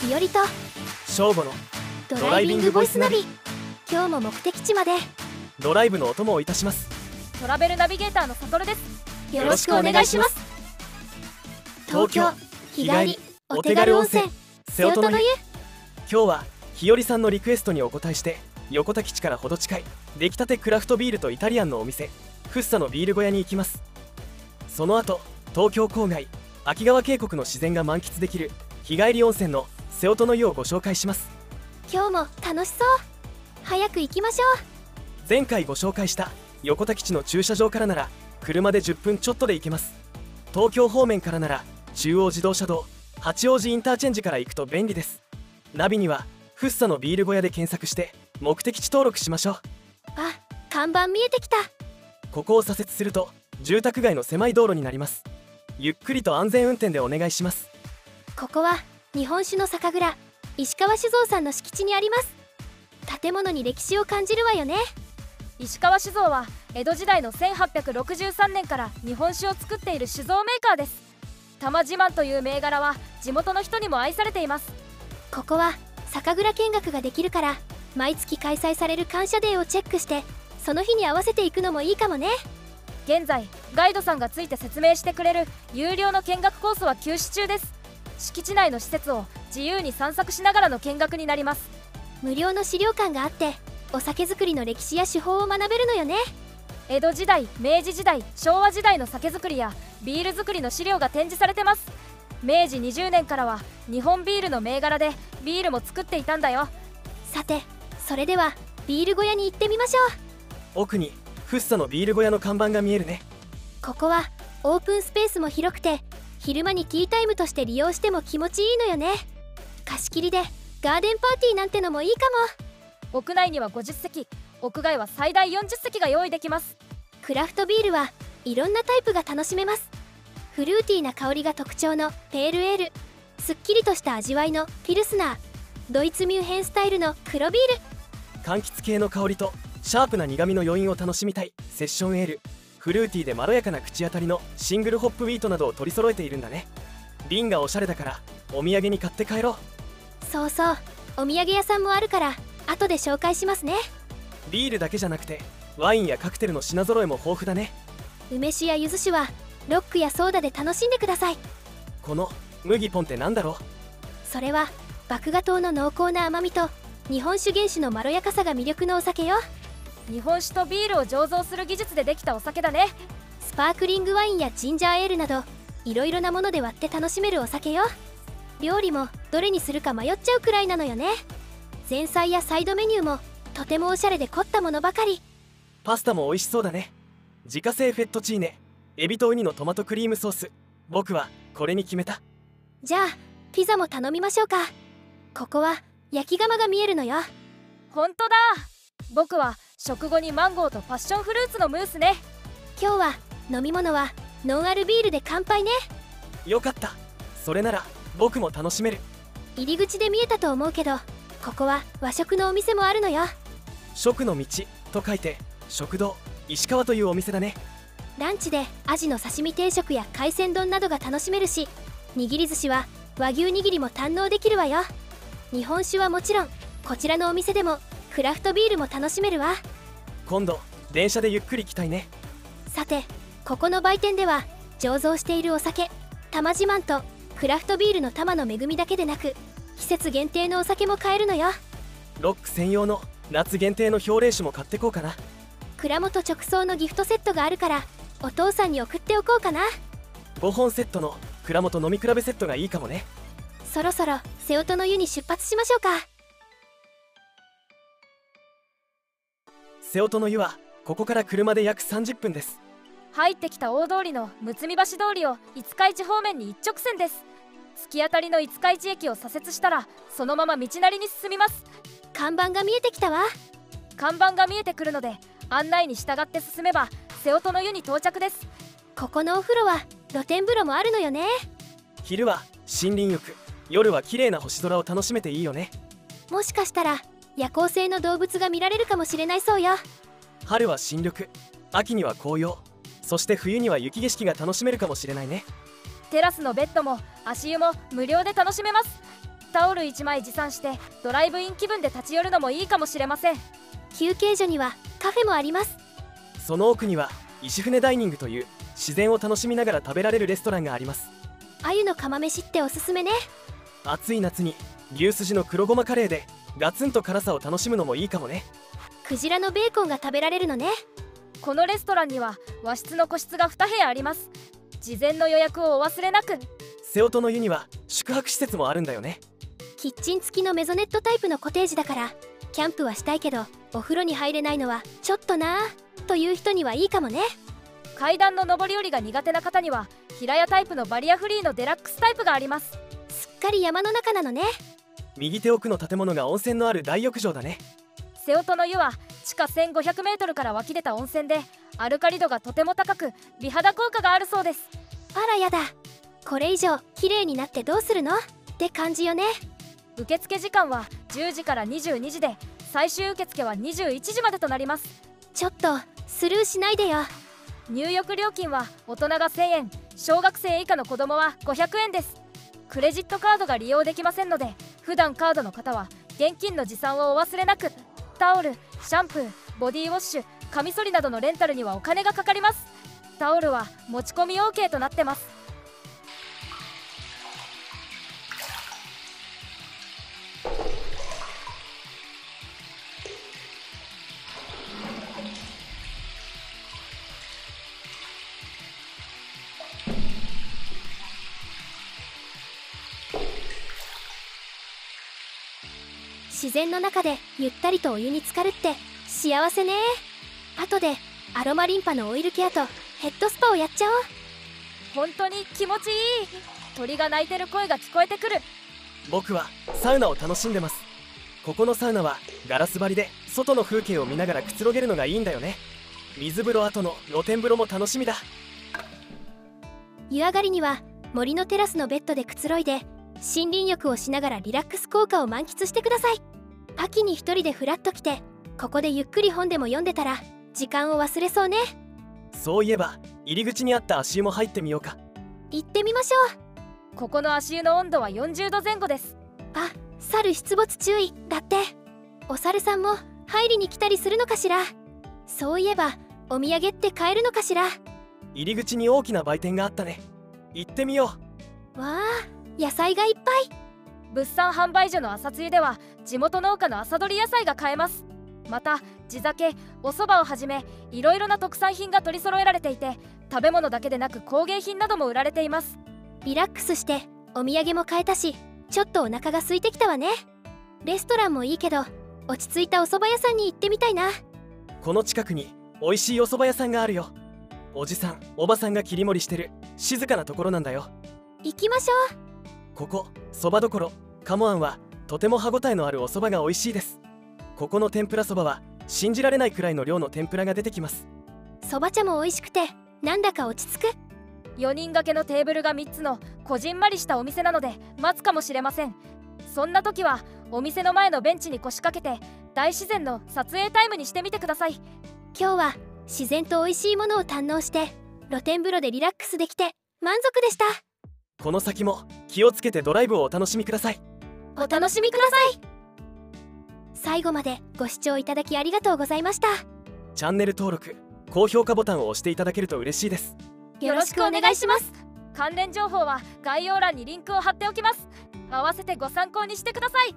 日和と正午のドライビングボイスナビ今日も目的地までドライブのお供をいたしますトラベルナビゲーターのサトルですよろしくお願いします東京日帰りお手軽温泉瀬音戸の湯今日は日和さんのリクエストにお応えして横田基地からほど近い出来たてクラフトビールとイタリアンのお店フッサのビール小屋に行きますその後東京郊外秋川渓谷の自然が満喫できる日帰り温泉の瀬音の湯をご紹介します今日も楽しそう早く行きましょ前回ご紹介した横田基地の駐車場からなら車で10分ちょっとで行けます東京方面からなら中央自動車道八王子インターチェンジから行くと便利ですナビにはフッサのビール小屋で検索して目的地登録しましょううあ看板見えてきたここを左折すると住宅街の狭い道路になりますゆっくりと安全運転でお願いしますここは日本酒の酒蔵石川酒造さんの敷地にあります建物に歴史を感じるわよね石川酒造は江戸時代の1863年から日本酒を作っている酒造メーカーです玉自慢という銘柄は地元の人にも愛されていますここは酒蔵見学ができるから毎月開催される感謝デーをチェックしてその日に合わせていくのもいいかもね現在ガイドさんがついて説明してくれる有料の見学コースは休止中です敷地内の施設を自由に散策しながらの見学になります無料の資料館があってお酒造りの歴史や手法を学べるのよね江戸時代明治時代昭和時代の酒造りやビール作りの資料が展示されてます明治20年からは日本ビールの銘柄でビールも作っていたんだよさてそれではビール小屋に行ってみましょう奥にフッサのビール小屋の看板が見えるねここはオープンスペースも広くて昼間にティータイムとして利用しても気持ちいいのよね貸し切りでガーデンパーティーなんてのもいいかも屋内には50席屋外は最大40席が用意できますクラフトビールはいろんなタイプが楽しめますフルーティーな香りが特徴のペールエールすっきりとした味わいのピルスナードイツミュンヘンスタイルの黒ビール柑橘系の香りとシャープな苦味の余韻を楽しみたいセッションエールフルーティーでまろやかな口当たりのシングルホップウィートなどを取り揃えているんだね瓶がおしゃれだからお土産に買って帰ろうそうそうお土産屋さんもあるから後で紹介しますねビールだけじゃなくてワインやカクテルの品揃えも豊富だね梅酒や柚子酒はロックやソーダで楽しんでくださいこの麦ポンってなんだろそれは麦芽糖の濃厚な甘みと日本酒原酒のまろやかさが魅力のお酒よ日本酒とビールを醸造する技術でできたお酒だねスパークリングワインやジンジャーエールなどいろいろなもので割って楽しめるお酒よ料理もどれにするか迷っちゃうくらいなのよね前菜やサイドメニューもとてもおしゃれで凝ったものばかりうパスタも美味しそうだね自家製フェットチーネエビとウニのトマトクリームソース僕はこれに決めたじゃあピザも頼みましょうかここは焼き窯が見えるのよ本当だ僕は食後にマンゴーとパッションフルーツのムースね今日は飲み物はノンアルビールで乾杯ねよかったそれなら僕も楽しめる入り口で見えたと思うけどここは和食のお店もあるのよ食の道と書いて食堂石川というお店だねランチでアジの刺身定食や海鮮丼などが楽しめるし握り寿司は和牛握りも堪能できるわよ日本酒はもちろんこちらのお店でもクラフトビールも楽しめるわ今度電車でゆっくり来たいねさてここの売店では醸造しているお酒玉自慢とクラフトビールの玉の恵みだけでなく季節限定のお酒も買えるのよロック専用の夏限定の氷冷酒も買ってこうかな蔵元直送のギフトセットがあるからお父さんに送っておこうかな5本セットの蔵元飲み比べセットがいいかもねそろそろ瀬音の湯に出発しましょうか瀬音の湯はここから車で約30分です入ってきた大通りのむつみ橋通りを五日市方面に一直線です突き当たりの五日市駅を左折したらそのまま道なりに進みます看板が見えてきたわ看板が見えてくるので案内に従って進めば瀬音の湯に到着ですここのお風呂は露天風呂もあるのよね昼は森林浴夜は綺麗な星空を楽しめていいよねもしかしたら夜行性の動物が見られるかもしれないそうよ春は新緑秋には紅葉そして冬には雪景色が楽しめるかもしれないねテラスのベッドも足湯も無料で楽しめますタオル1枚持参してドライブイン気分で立ち寄るのもいいかもしれません休憩所にはカフェもありますその奥には石船ダイニングという自然を楽しみながら食べられるレストランがあります鮎の釜飯っておすすめね暑い夏に牛すじの黒ごまカレーでガツンと辛さを楽しむのもいいかもねクジラのベーコンが食べられるのねこのレストランには和室の個室が2部屋あります事前の予約をお忘れなく瀬音の湯には宿泊施設もあるんだよねキッチン付きのメゾネットタイプのコテージだからキャンプはしたいけどお風呂に入れないのはちょっとなあという人にはいいかもね階段の上り下りが苦手な方には平屋タイプのバリアフリーのデラックスタイプがありますすっかり山の中なのね右手奥の建物が温泉のある大浴場だね瀬音の湯は地下 1500m から湧き出た温泉でアルカリ度がとても高く美肌効果があるそうですあらやだこれ以上綺麗になってどうするのって感じよね受付時間は10時から22時で最終受付は21時までとなりますちょっとスルーしないでよ入浴料金は大人が1000円小学生以下の子供は500円ですクレジットカードが利用できませんので普段カードの方は現金の持参をお忘れなくタオルシャンプーボディウォッシュカミソリなどのレンタルにはお金がかかりますタオルは持ち込み OK となってます自然の中でゆったりとお湯に浸かるって幸せね後でアロマリンパのオイルケアとヘッドスパをやっちゃおう本当に気持ちいい鳥が鳴いてる声が聞こえてくる僕はサウナを楽しんでますここのサウナはガラス張りで外の風景を見ながらくつろげるのがいいんだよね水風呂後の露天風呂も楽しみだ湯上がりには森のテラスのベッドでくつろいで森林浴をしながらリラックス効果を満喫してください秋に一人でフラッと来てここでゆっくり本でも読んでたら時間を忘れそうねそういえば入り口にあった足湯も入ってみようか行ってみましょうここの足湯の温度は40度前後ですあ猿出没注意だってお猿さんも入りに来たりするのかしらそういえばお土産って買えるのかしらわ入り口に大きな売店があったね行ってみよあ野菜がいっぱい物産販売所の朝露では地元農家の朝どり野菜が買えますまた地酒お蕎麦をはじめいろいろな特産品が取り揃えられていて食べ物だけでなく工芸品なども売られていますリラックスしてお土産も買えたしちょっとお腹が空いてきたわねレストランもいいけど落ち着いたお蕎麦屋さんに行ってみたいなうこの近くに美味しいお蕎麦屋さんがあるよおじさんおばさんが切り盛りしてる静かなところなんだよ行きましょうここそばどころ鴨庵はとても歯ごたえのあるお蕎麦が美味しいですここの天ぷらそばは信じられないくらいの量の天ぷらが出てきますそば茶も美味しくてなんだか落ち着く4人掛けのテーブルが3つのこじんまりしたお店なので待つかもしれませんそんな時はお店の前のベンチに腰掛けて大自然の撮影タイムにしてみてください今日は自然と美味しいものを堪能して露天風呂でリラックスできて満足でしたこの先も気をつけてドライブをお楽しみくださいお楽しみください最後までご視聴いただきありがとうございましたチャンネル登録高評価ボタンを押していただけると嬉しいですよろしくお願いします関連情報は概要欄にリンクを貼っておきます合わせてご参考にしてください